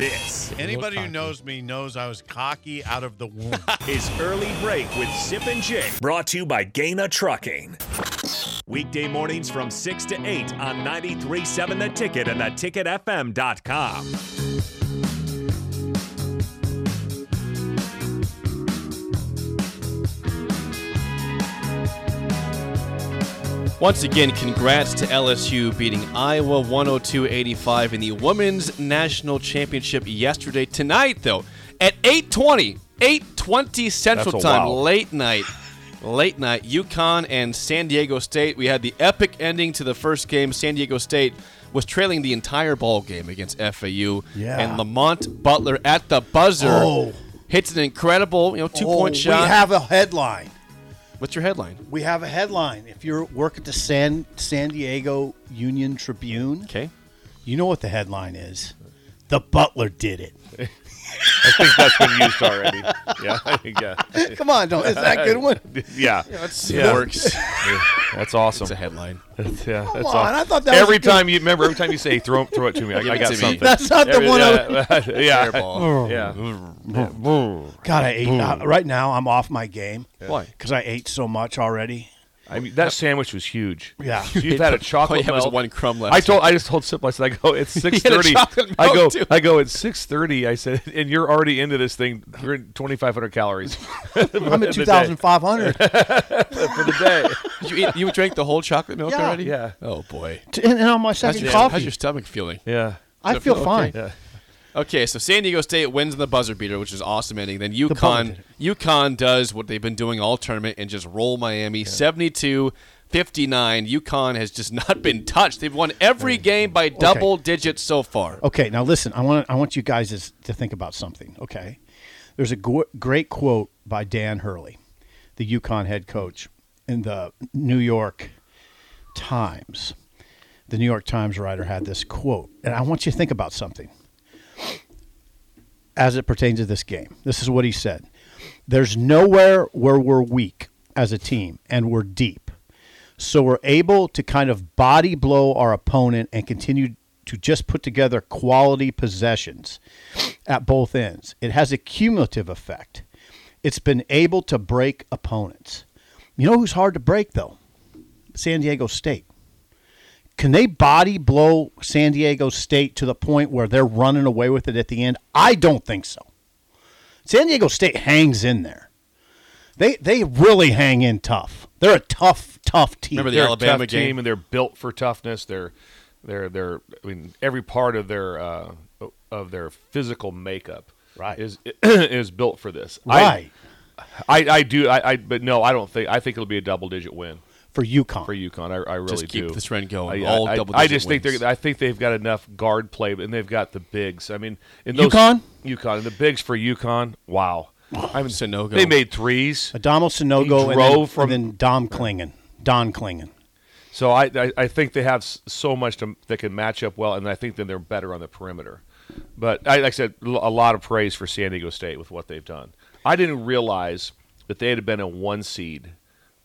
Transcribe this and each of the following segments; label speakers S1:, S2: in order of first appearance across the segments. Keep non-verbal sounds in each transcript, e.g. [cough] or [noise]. S1: Yes,
S2: Anybody who knows me knows I was cocky out of the womb.
S3: His early break with Zip and Jake.
S4: Brought to you by Gaina Trucking.
S3: Weekday mornings from 6 to 8 on 93.7 The Ticket and theticketfm.com.
S1: Once again, congrats to LSU beating Iowa 102-85 in the Women's National Championship yesterday. Tonight, though, at 8:20, 8:20 Central
S4: That's a
S1: Time,
S4: wow.
S1: late night, late night, UConn and San Diego State. We had the epic ending to the first game. San Diego State was trailing the entire ball game against FAU,
S2: Yeah.
S1: and Lamont Butler at the buzzer
S2: Oh.
S1: hits an incredible, you know, two point
S5: Oh,
S1: shot.
S5: We have a headline.
S1: What's your headline?
S5: We have a headline. If you work at the San San Diego Union Tribune,
S1: Okay.
S5: you know what the headline is. The Butler did it.
S4: I think that's been used already. Yeah, I think, yeah.
S5: Come on, don't, is that a good one? Come
S4: Yeah.
S1: It works.
S4: That's
S1: It's a
S4: awesome.
S1: headline.
S4: yeah, that's
S5: on,
S4: awesome.
S5: I thought that was
S4: Every
S5: a good-
S4: time you remember, every time you say throw throw it to me, I,
S1: Give
S4: I
S1: it
S4: got
S1: to me.
S4: something.
S5: That's not the
S4: Every-
S5: one
S4: Yeah, [laughs] yeah,
S1: Airball.
S4: yeah.
S5: [laughs] God, I ate. uh, right now, I'm off my game
S1: Why?
S5: because I ate so much already.
S4: I mean, that sandwich was huge. [laughs]
S5: Yeah.
S4: you've had a
S1: All
S4: chocolate
S1: you have is
S4: melt.
S1: one crumb left.
S4: I told, I just told Sip, I said, I go, it's six
S1: had a
S4: thirty.
S1: chocolate
S4: I go,
S1: milk, too.
S4: I go, it's six thirty. I said, [laughs] and you're already into this thing. You're at twenty five hundred calories [laughs]
S5: I'm at
S4: the day.
S5: 2,500.
S4: for the day.
S1: you eat, you drank the whole chocolate milk
S5: Yeah.
S1: already?
S4: Yeah.
S1: Oh boy.
S5: and, and on my
S1: How's
S5: second
S1: your,
S5: coffee,
S1: how's your stomach feeling?
S4: Yeah,
S5: I feel fine.
S1: Okay, so San Diego State wins in the buzzer beater, which is awesome ending. Then
S5: buzzer
S1: UConn
S5: beater.
S1: UConn does what they've been doing all tournament and just roll Miami 72 59. UConn has just not been touched. They've won every game by double digits so far.
S5: Okay, now listen. I want I want you guys is- to think about something. Okay, there's a gw- great quote by Dan Hurley, the Yukon head coach, in the New York Times. The New York Times writer had this quote, and I want you to think about something as it pertains to this game. This is what he said: "There's nowhere where we're weak as a team, and we're deep." So we're able to kind of body blow our opponent and continue to just put together quality possessions at both ends. It has a cumulative effect. It's been able to break opponents. You know who's hard to break though? San Diego State. Can they body blow San Diego State to the point where they're running away with it at the end? I don't think so. San Diego State hangs in there. They they really hang in tough. They're a tough, tough team.
S1: Remember the
S4: they're
S1: Alabama
S4: a tough
S1: game.
S4: team, and they're built for toughness. They're, they're, they're. I mean, every part of their uh, of their physical makeup
S5: Right.
S4: is [clears throat] is built for this. I-
S5: right
S4: I, I do I, I but no I don't think I think it'll be a double digit win
S5: for UConn.
S4: for UConn. I, I really
S1: keep
S4: do.
S1: this trend going.
S4: I,
S1: All
S4: I,
S1: double
S4: I
S1: digit
S4: just think
S1: wins.
S4: they're I think they've got enough guard play and they've got the bigs. I mean in those
S5: UConn?
S4: UConn and the bigs for UConn. Wow.
S5: Oh.
S4: I mean
S1: Sunogo.
S4: They made threes.
S5: Adamo Sinogo
S4: He
S5: and, then,
S4: drove
S5: and
S4: from-
S5: then Dom Klingon. Don Klingon.
S4: So I, I, I think they have s- so much to, that can match up well, and I think then they're better on the perimeter. But I, like I said, l- a lot of praise for San Diego State with what they've done. I didn't realize that they had been a one seed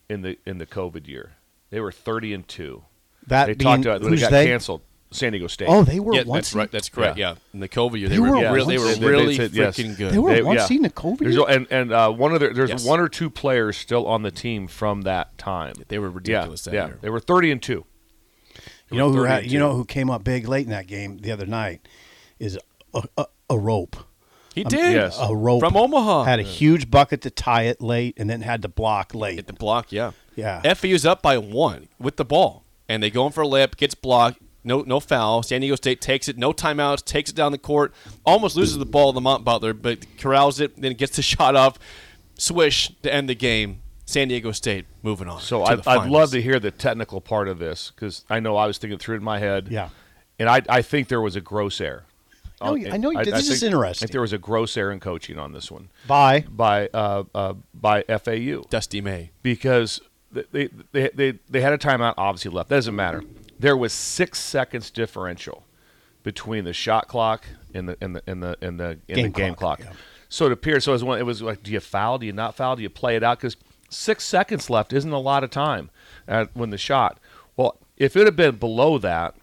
S4: in the in the COVID year. They were thirty and two.
S5: That
S4: they
S5: being-
S4: talked about when
S5: who's
S4: it got
S5: they?
S4: canceled. San Diego State.
S5: Oh, they were
S1: Yeah,
S5: once.
S1: that's right. That's correct. Yeah. In the COVID year, they,
S5: They
S1: were,
S5: were
S1: yeah,
S5: one
S1: they were
S5: seed.
S4: They- they
S1: really
S4: said yes.
S1: freaking
S5: They
S1: good.
S5: were one seed in the COVID
S4: There's
S5: year?
S4: o- and and uh, one of their, there's
S1: Yes.
S4: one or two players still on the team from that time.
S1: They were ridiculous
S4: Yeah,
S1: that
S4: yeah.
S1: year.
S4: they were thirty and two.
S5: You know who?
S4: 30
S5: Had,
S4: and
S5: you know who came up big late in that game the other night is a, a, a rope. um,
S1: He did.
S4: Um, yes.
S5: A rope
S1: From Omaha.
S5: had a huge bucket to tie it late, and then had to block late.
S1: Hit the block, yeah.
S5: Yeah.
S1: FAU's up by one with the ball, and they go in for a layup, gets blocked, no no foul. San Diego State takes it, no timeouts, takes it down the court, almost loses the ball to Lamont Butler, but corrals it, then gets the [laughs] shot off, swish to end the game. San Diego State moving on.
S4: So
S1: to
S4: I,
S1: the
S4: I'd love
S1: finals.
S4: to hear the technical part of this because I know I was thinking through it in my head.
S5: Yeah.
S4: And I, I think there was a gross error.
S5: No,
S4: Uh,
S5: you- I know you did. This is
S4: think- I
S5: interesting.
S4: think there was a gross error in coaching on this one
S5: Bye.
S4: by uh, uh, by FAU
S1: Dusty May.
S4: because th- they, they, they, they had a timeout obviously left. That doesn't matter. There was six seconds differential between the shot clock and the and the and the and the, and the
S5: Game
S4: game
S5: clock,
S4: clock.
S5: yeah.
S4: So it appeared. So it was, one, it was like, do you foul? Do you not foul? Do you play it out? Because six seconds left isn't a lot of time uh, when the shot. Well, if it had been below that,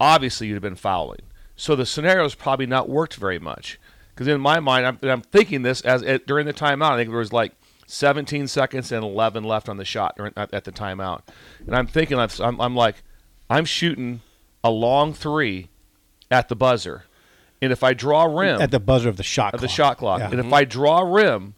S4: obviously you'd have been fouling. So the scenario's probably not worked very much. Because in my mind, I'm, and I'm thinking this as at, during the timeout. I think there was like 17 seconds and 11 left on the shot during, at, at the timeout, and I'm thinking I'm, I'm, I'm like, I'm shooting a long three at the buzzer, and if I draw rim
S5: at the buzzer of the shot
S4: of
S5: clock.
S4: the shot clock,
S5: Yeah. Uh-huh.
S4: and if I draw rim,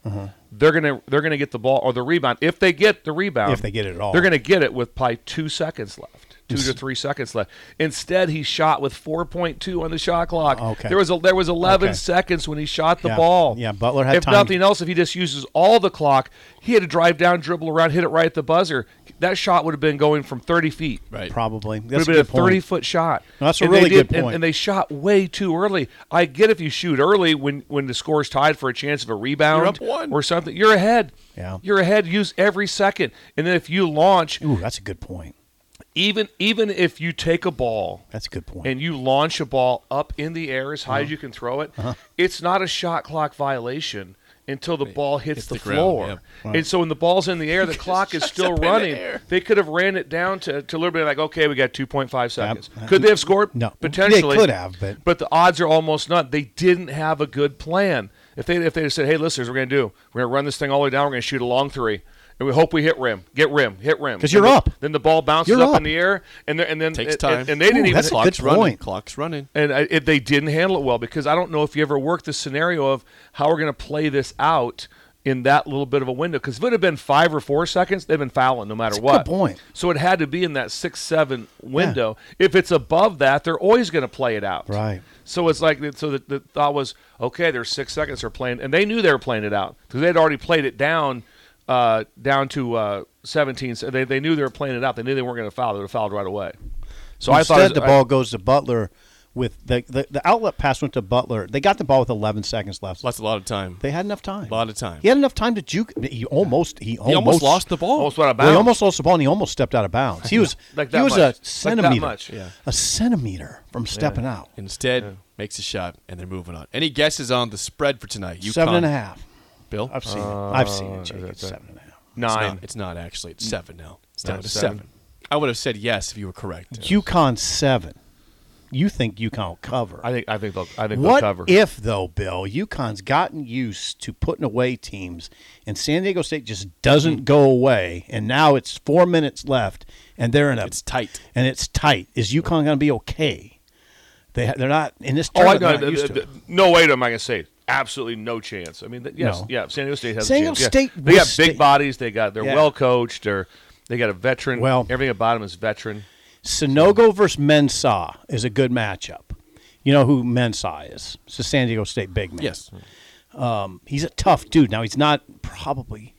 S4: they're gonna they're gonna get the ball or the rebound if they get the rebound.
S5: If they get it at all.
S4: they're gonna get it with probably two seconds left, two to three seconds left. Instead, he shot with four point two on the shot clock.
S5: Okay.
S4: there was a, there was eleven
S5: Okay.
S4: seconds when he shot the
S5: Yeah.
S4: ball.
S5: Yeah, Butler had
S4: if
S5: time.
S4: nothing else, if he just uses all the clock, he had to drive down, dribble around, hit it right at the buzzer. That shot would have been going from thirty feet.
S1: Right.
S5: Probably. That's
S4: Would have been a
S5: good point.
S4: thirty-foot shot.
S5: No, that's a
S4: they
S5: really
S4: did-
S5: good
S4: and-
S5: point.
S4: and they shot way too early. I get if you shoot early when when the score's tied for a chance of a rebound
S1: You're up one.
S4: or something. You're ahead.
S5: Yeah.
S4: You're ahead. Use every second. And then if you launch,
S5: Ooh, that's a good point.
S4: even even if you take a ball
S5: That's a good point. Uh-huh.
S4: and you launch a ball up in the air as high as you can throw it, it's not a shot clock violation until the ball hits, the,
S1: the ground,
S4: floor.
S1: yeah.
S4: And so when the ball's in the air,
S1: [laughs]
S4: the clock is still
S1: the
S4: running.
S1: air.
S4: they could have ran it down to, to a little bit like, okay, we got 2.5 seconds. Could they have scored?
S5: Uh, No. They
S4: Potentially.
S5: could have, but-
S4: the odds are almost none. They didn't have a good plan. If they if they said, hey, listeners, we're going to do, we're going to run this thing all the way down, we're going to shoot a long three. And we hope we hit rim, get rim, hit rim.
S5: 'Cause you're
S4: Then the-
S5: up.
S4: Then the ball bounces
S5: You're
S4: up,
S5: up.
S4: in the air, and, there- and then
S1: Takes
S4: and-
S1: time.
S4: And, they didn't
S5: Ooh,
S4: even
S5: that's a
S1: Clock's
S5: good
S1: running.
S5: point.
S1: Clock's running.
S4: and I, it, they didn't handle it well because I don't know if you ever worked the scenario of how we're going to play this out in that little bit of a window. Because if it had been five or four seconds, they've been fouling no matter
S5: That's a
S4: what.
S5: good point.
S4: So it had to be in that six seven window. If it's above that, they're always going to play it out.
S5: Right.
S4: So it's like so the, the thought was okay. There's six seconds they're playing, and they knew they were playing it out because they had already played it down. Uh, down to uh, 17. So they, they knew they were playing it out. They knew they weren't going to foul. They would have fouled right away.
S5: Instead,
S4: So I thought it was-
S5: the
S4: I-
S5: ball goes to Butler with the, the the outlet pass went to Butler. They got the ball with 11 seconds left.
S1: That's a lot of time.
S5: They had enough time. A
S1: Lot of time.
S5: He had enough time to juke. He almost he almost,
S1: He almost lost the ball.
S4: almost went out of
S5: Oh. Well, he
S4: bounds.
S5: almost lost the ball and he almost stepped out of bounds.
S4: [laughs]
S5: He was
S4: Like
S5: he
S4: that
S5: was
S4: much. Like
S5: a
S4: that
S5: centimeter,
S4: much. Yeah.
S5: a centimeter from stepping out.
S1: Instead, makes a shot, and they're moving on. Any guesses on the spread for tonight? UConn.
S5: Seven and a half.
S1: Bill?
S5: I've seen
S4: Uh,
S5: it. I've seen it. Jake. It's seven and a half.
S1: It's
S4: nine.
S1: not, it's not actually. It's seven now. It's down
S4: Nine,
S1: to
S4: seven.
S1: seven. I would have said yes if you were correct.
S5: UConn seven. You think UConn will cover?
S4: I think I think they'll I think
S5: what
S4: they'll cover.
S5: if though, Bill? UConn's gotten used to putting away teams, and San Diego State just
S4: Mm-hmm.
S5: doesn't go away. And now it's four minutes left, and they're in a
S1: It's tight.
S5: and it's tight. Is UConn going to be okay? They ha- they're not in this
S4: oh, I,
S5: tournament.
S4: no,
S5: they're not used to it.
S4: no way am I going to say it. absolutely no chance. I mean, th- yes,
S5: No.
S4: yeah. San Diego State has.
S5: San
S4: a
S5: Diego
S4: chance. yeah.
S5: State
S4: They got
S5: was
S4: big
S5: sta-
S4: bodies. They got they're
S5: Yeah.
S4: well coached. They're they got a veteran.
S5: Well-
S4: everything about them is veteran.
S5: Sonogo versus Mensah is a good matchup. You know who Mensah is? It's a San Diego State big man. Um,
S1: Yes.
S5: he's a tough dude. Now he's not probably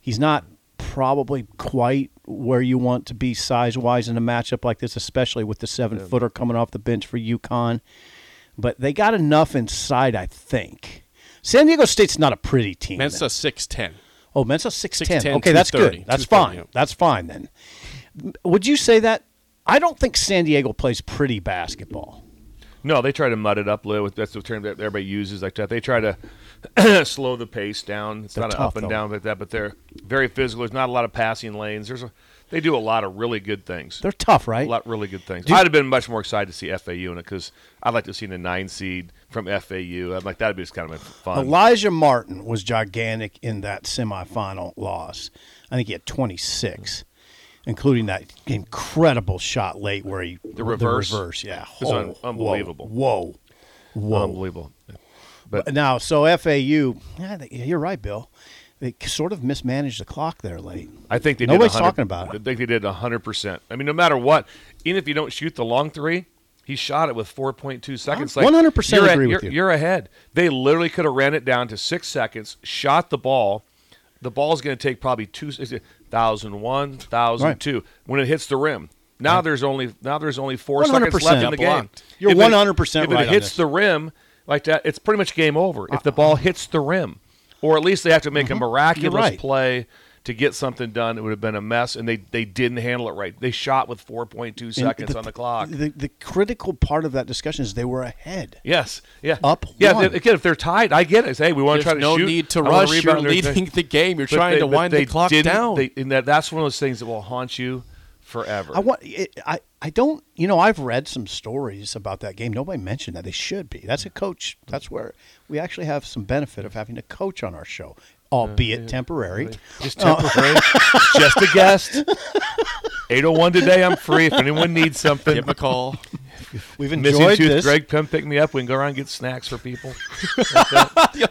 S5: he's not probably quite where you want to be size wise in a matchup like this, especially with the seven footer coming off the bench for UConn. But they got enough inside, I think. San Diego State's not a pretty team.
S1: Mensa 6'10.
S5: Oh, Mensa six ten.
S1: 6'10",
S5: Okay, that's good.
S1: 230,
S5: That's
S1: 230,
S5: fine.
S1: yeah.
S5: That's fine then. M- Would you say that? I don't think San Diego plays pretty basketball.
S4: No, they try to mud it up. Lou. That's the term that everybody uses like that. They try to [clears throat] slow the pace down. It's
S5: They're
S4: not an
S5: tough,
S4: up and
S5: though.
S4: down like that, but they're very physical. There's not a lot of passing lanes. There's a, they do a lot of really good things.
S5: They're tough, right?
S4: a lot really good things.
S5: Do-
S4: I'd have been much more excited to see FAU in it because I'd like to have seen a nine seed from FAU. I'm like that'd be just kind of fun.
S5: Elijah Martin was gigantic in that semifinal loss. I think he had 26, including that incredible shot late where he the
S4: reverse?
S5: reverse, yeah,
S4: was un- unbelievable.
S5: Whoa, whoa.
S4: Unbelievable. But
S5: Now, so FAU, yeah, they- you're right, Bill. They sort of mismanaged the clock there late.
S4: I think they
S5: Nobody's
S4: did 100
S5: talking about it.
S4: I think they did 100%. I mean, no matter what, even if you don't shoot the long three, he shot it with 4.2 seconds.
S5: I'm 100%
S4: you're
S5: agree
S4: you're,
S5: with you.
S4: You're ahead. They literally could have ran it down to six seconds, shot the ball. The ball's going to take probably two, is it 1,001, 1,002 when it hits the rim. Now there's only now there's only four seconds
S5: 100%.
S4: left in
S1: Got
S4: the game.
S1: blocked.
S5: You're
S4: If it-
S5: 100%
S4: If it
S5: right on
S4: hits
S5: this.
S4: the rim like that, it's pretty much game over. If the ball hits the rim, or at least they have to make a
S1: Mm-hmm.
S4: miraculous
S5: right.
S4: play to get something done. It would have been a mess, and they, they didn't handle it right. They shot with 4.2
S5: And
S4: seconds on the clock.
S5: The, the critical part of that discussion is they were ahead.
S4: yes, yeah,
S5: Up
S4: Yeah,
S5: one.
S4: they- again, if they're tied, I get it. Say, hey, we want to try
S1: There's
S4: to
S1: no
S4: shoot.
S1: need
S4: I
S1: to
S4: want
S1: rush. You're
S4: rebound. There's-
S1: leading the game. You're
S4: But
S1: trying
S4: they-
S1: to
S4: but
S1: wind
S4: they
S1: the clock
S4: didn't-
S1: down.
S4: They, and that, that's one of those things that will haunt you forever.
S5: I want it, I I don't you know I've read some stories about that game. Nobody mentioned that they should be. That's a
S4: Mm.
S5: coach. That's where we actually have some benefit of having a coach on our show, albeit temporary.
S4: just
S1: Oh.
S4: temporary, just a
S1: [laughs]
S4: guest. Eight oh one today. I'm free. If anyone needs something,
S1: Give him a
S4: [laughs]
S1: call.
S5: We've
S4: Missing
S5: enjoyed
S4: Tooth
S5: this.
S4: Greg Pym pick me up. We can go around and get snacks for
S5: [laughs]
S4: people.
S1: You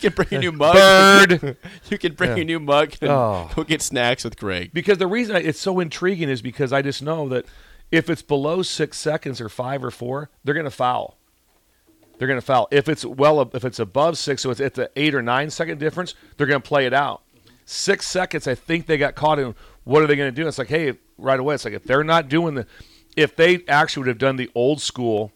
S1: can bring your new mug.
S4: Bird.
S1: You can bring your new mug and
S4: Oh.
S1: go get snacks with Greg.
S4: [laughs] Because the reason I- it's so intriguing is because I just know that if it's below six seconds or five or four, they're going to foul. They're going to foul. If it's well, ab- if it's above six, so it's at the eight or nine second difference, they're going to play it out. Six seconds, I think they got caught in. What are they going to do? It's like, hey, right away. It's like if they're not doing the, if they actually would have done the old school,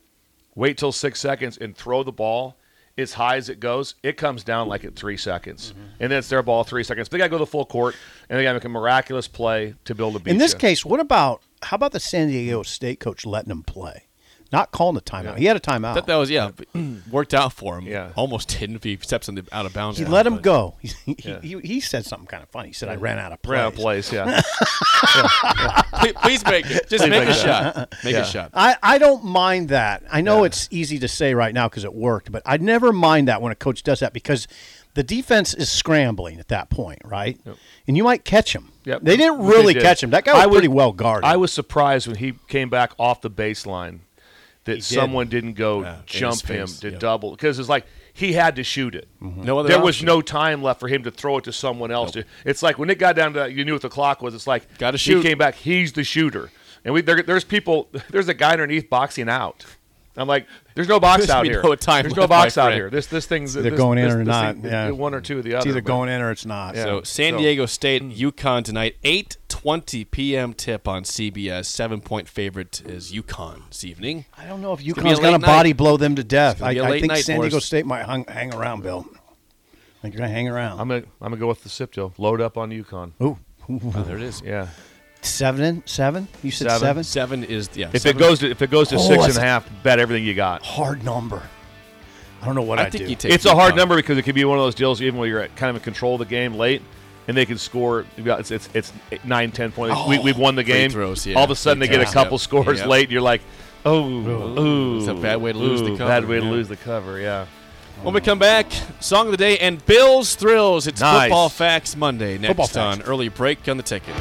S4: wait till six seconds and throw the ball as high as it goes, it comes down like at three seconds,
S5: Mm-hmm.
S4: and then it's their ball three seconds. They got to go to the full court, and they got to make a miraculous play to build a beat.
S5: In this
S4: you.
S5: case, what about how about the San Diego State coach letting him play, not calling a timeout? He had a timeout.
S1: That, that was yeah, mm, worked out for him.
S4: Yeah.
S1: almost didn't if he steps on the out of bounds.
S5: he
S1: line,
S5: let him
S1: but-
S5: go. [laughs] He, he, he, he said something kind of funny. He said, "I ran out of plays."
S4: Ran out of
S5: [laughs]
S4: plays, yeah.
S1: Please, please make it. Just make
S4: make
S1: a
S4: that. [laughs]
S1: shot. Make
S4: Yeah.
S1: a shot.
S5: I, I don't mind that. I know it's easy to say right now because it worked, but I never mind that when a coach does that because the defense is scrambling at that point, right? And you might catch him.
S4: Yep.
S5: They didn't
S4: They
S5: really
S4: did.
S5: catch him. That guy was,
S4: I was-
S5: pretty well guarded.
S4: I was surprised when he came back off the baseline that someone didn't go jump
S1: in
S4: him
S1: his face,
S4: to
S1: yep.
S4: double because it's like he had to shoot it. Mm-hmm.
S1: No other
S4: there was
S1: option.
S4: no time left for him to throw it to someone else. It's like when it got down to that, you knew what the clock was. It's like
S1: Gotta
S4: He
S1: shoot.
S4: came back. He's the shooter, and we there, there's people. [laughs] There's a guy underneath boxing out. I'm like, there's no box
S1: [laughs] There's
S4: out
S1: be
S4: here.
S1: no time
S4: there's no
S1: left, my
S4: box out
S1: friend.
S4: here. This this thing's
S5: They're
S4: this-
S5: going in
S4: this-
S5: or
S4: this
S5: not.
S4: thing-
S5: yeah.
S4: one or two of the other.
S5: It's either
S4: but-
S5: going in or it's not.
S4: Yeah.
S1: So San
S4: so-
S1: Diego State, UConn tonight, eight twenty p.m. tip on CBS. Seven point favorite is UConn this evening.
S5: I don't know if
S1: gonna be a
S5: UConn's going
S1: late
S5: to body
S1: night.
S5: blow them to death. I,
S1: gonna be a
S5: I
S1: late
S5: think
S1: night
S5: San
S1: for
S5: Diego
S1: us.
S5: State might hung, hang around, Bill. I think they're going to hang around.
S4: I'm gonna I'm gonna go with the Sipto. Load up on UConn.
S5: Ooh.
S1: Oh, there it is.
S4: Yeah.
S5: Seven? Seven? You said
S4: Seven.
S5: seven?
S1: Seven is yeah.
S4: If it
S1: seven-
S4: goes to if it goes to
S5: Oh,
S4: six
S5: that's-
S4: and a half, bet everything you got.
S5: Hard number. I don't know what I,
S1: I think
S5: do.
S1: you take.
S4: It's a hard
S1: UConn.
S4: number because it could be one of those deals even when you're at kind of in control of the game late, and they can score. you've got- It's it's, it's eight, nine, ten points. we, we've won the
S1: Oh, free
S4: game.
S1: throws, yeah.
S4: All of a sudden,
S1: Free
S4: they get a
S1: throws,
S4: couple
S1: yep.
S4: scores
S1: Yep.
S4: late. and You're like, oh, ooh,
S1: It's a bad way to lose the
S4: ooh,
S1: cover,
S4: Bad way to
S1: yeah.
S4: lose the cover. Yeah.
S1: When we come back, song of the day and Bill's thrills. It's
S4: Nice.
S1: football facts Monday next
S5: Football Facts.
S1: on early break on the ticket.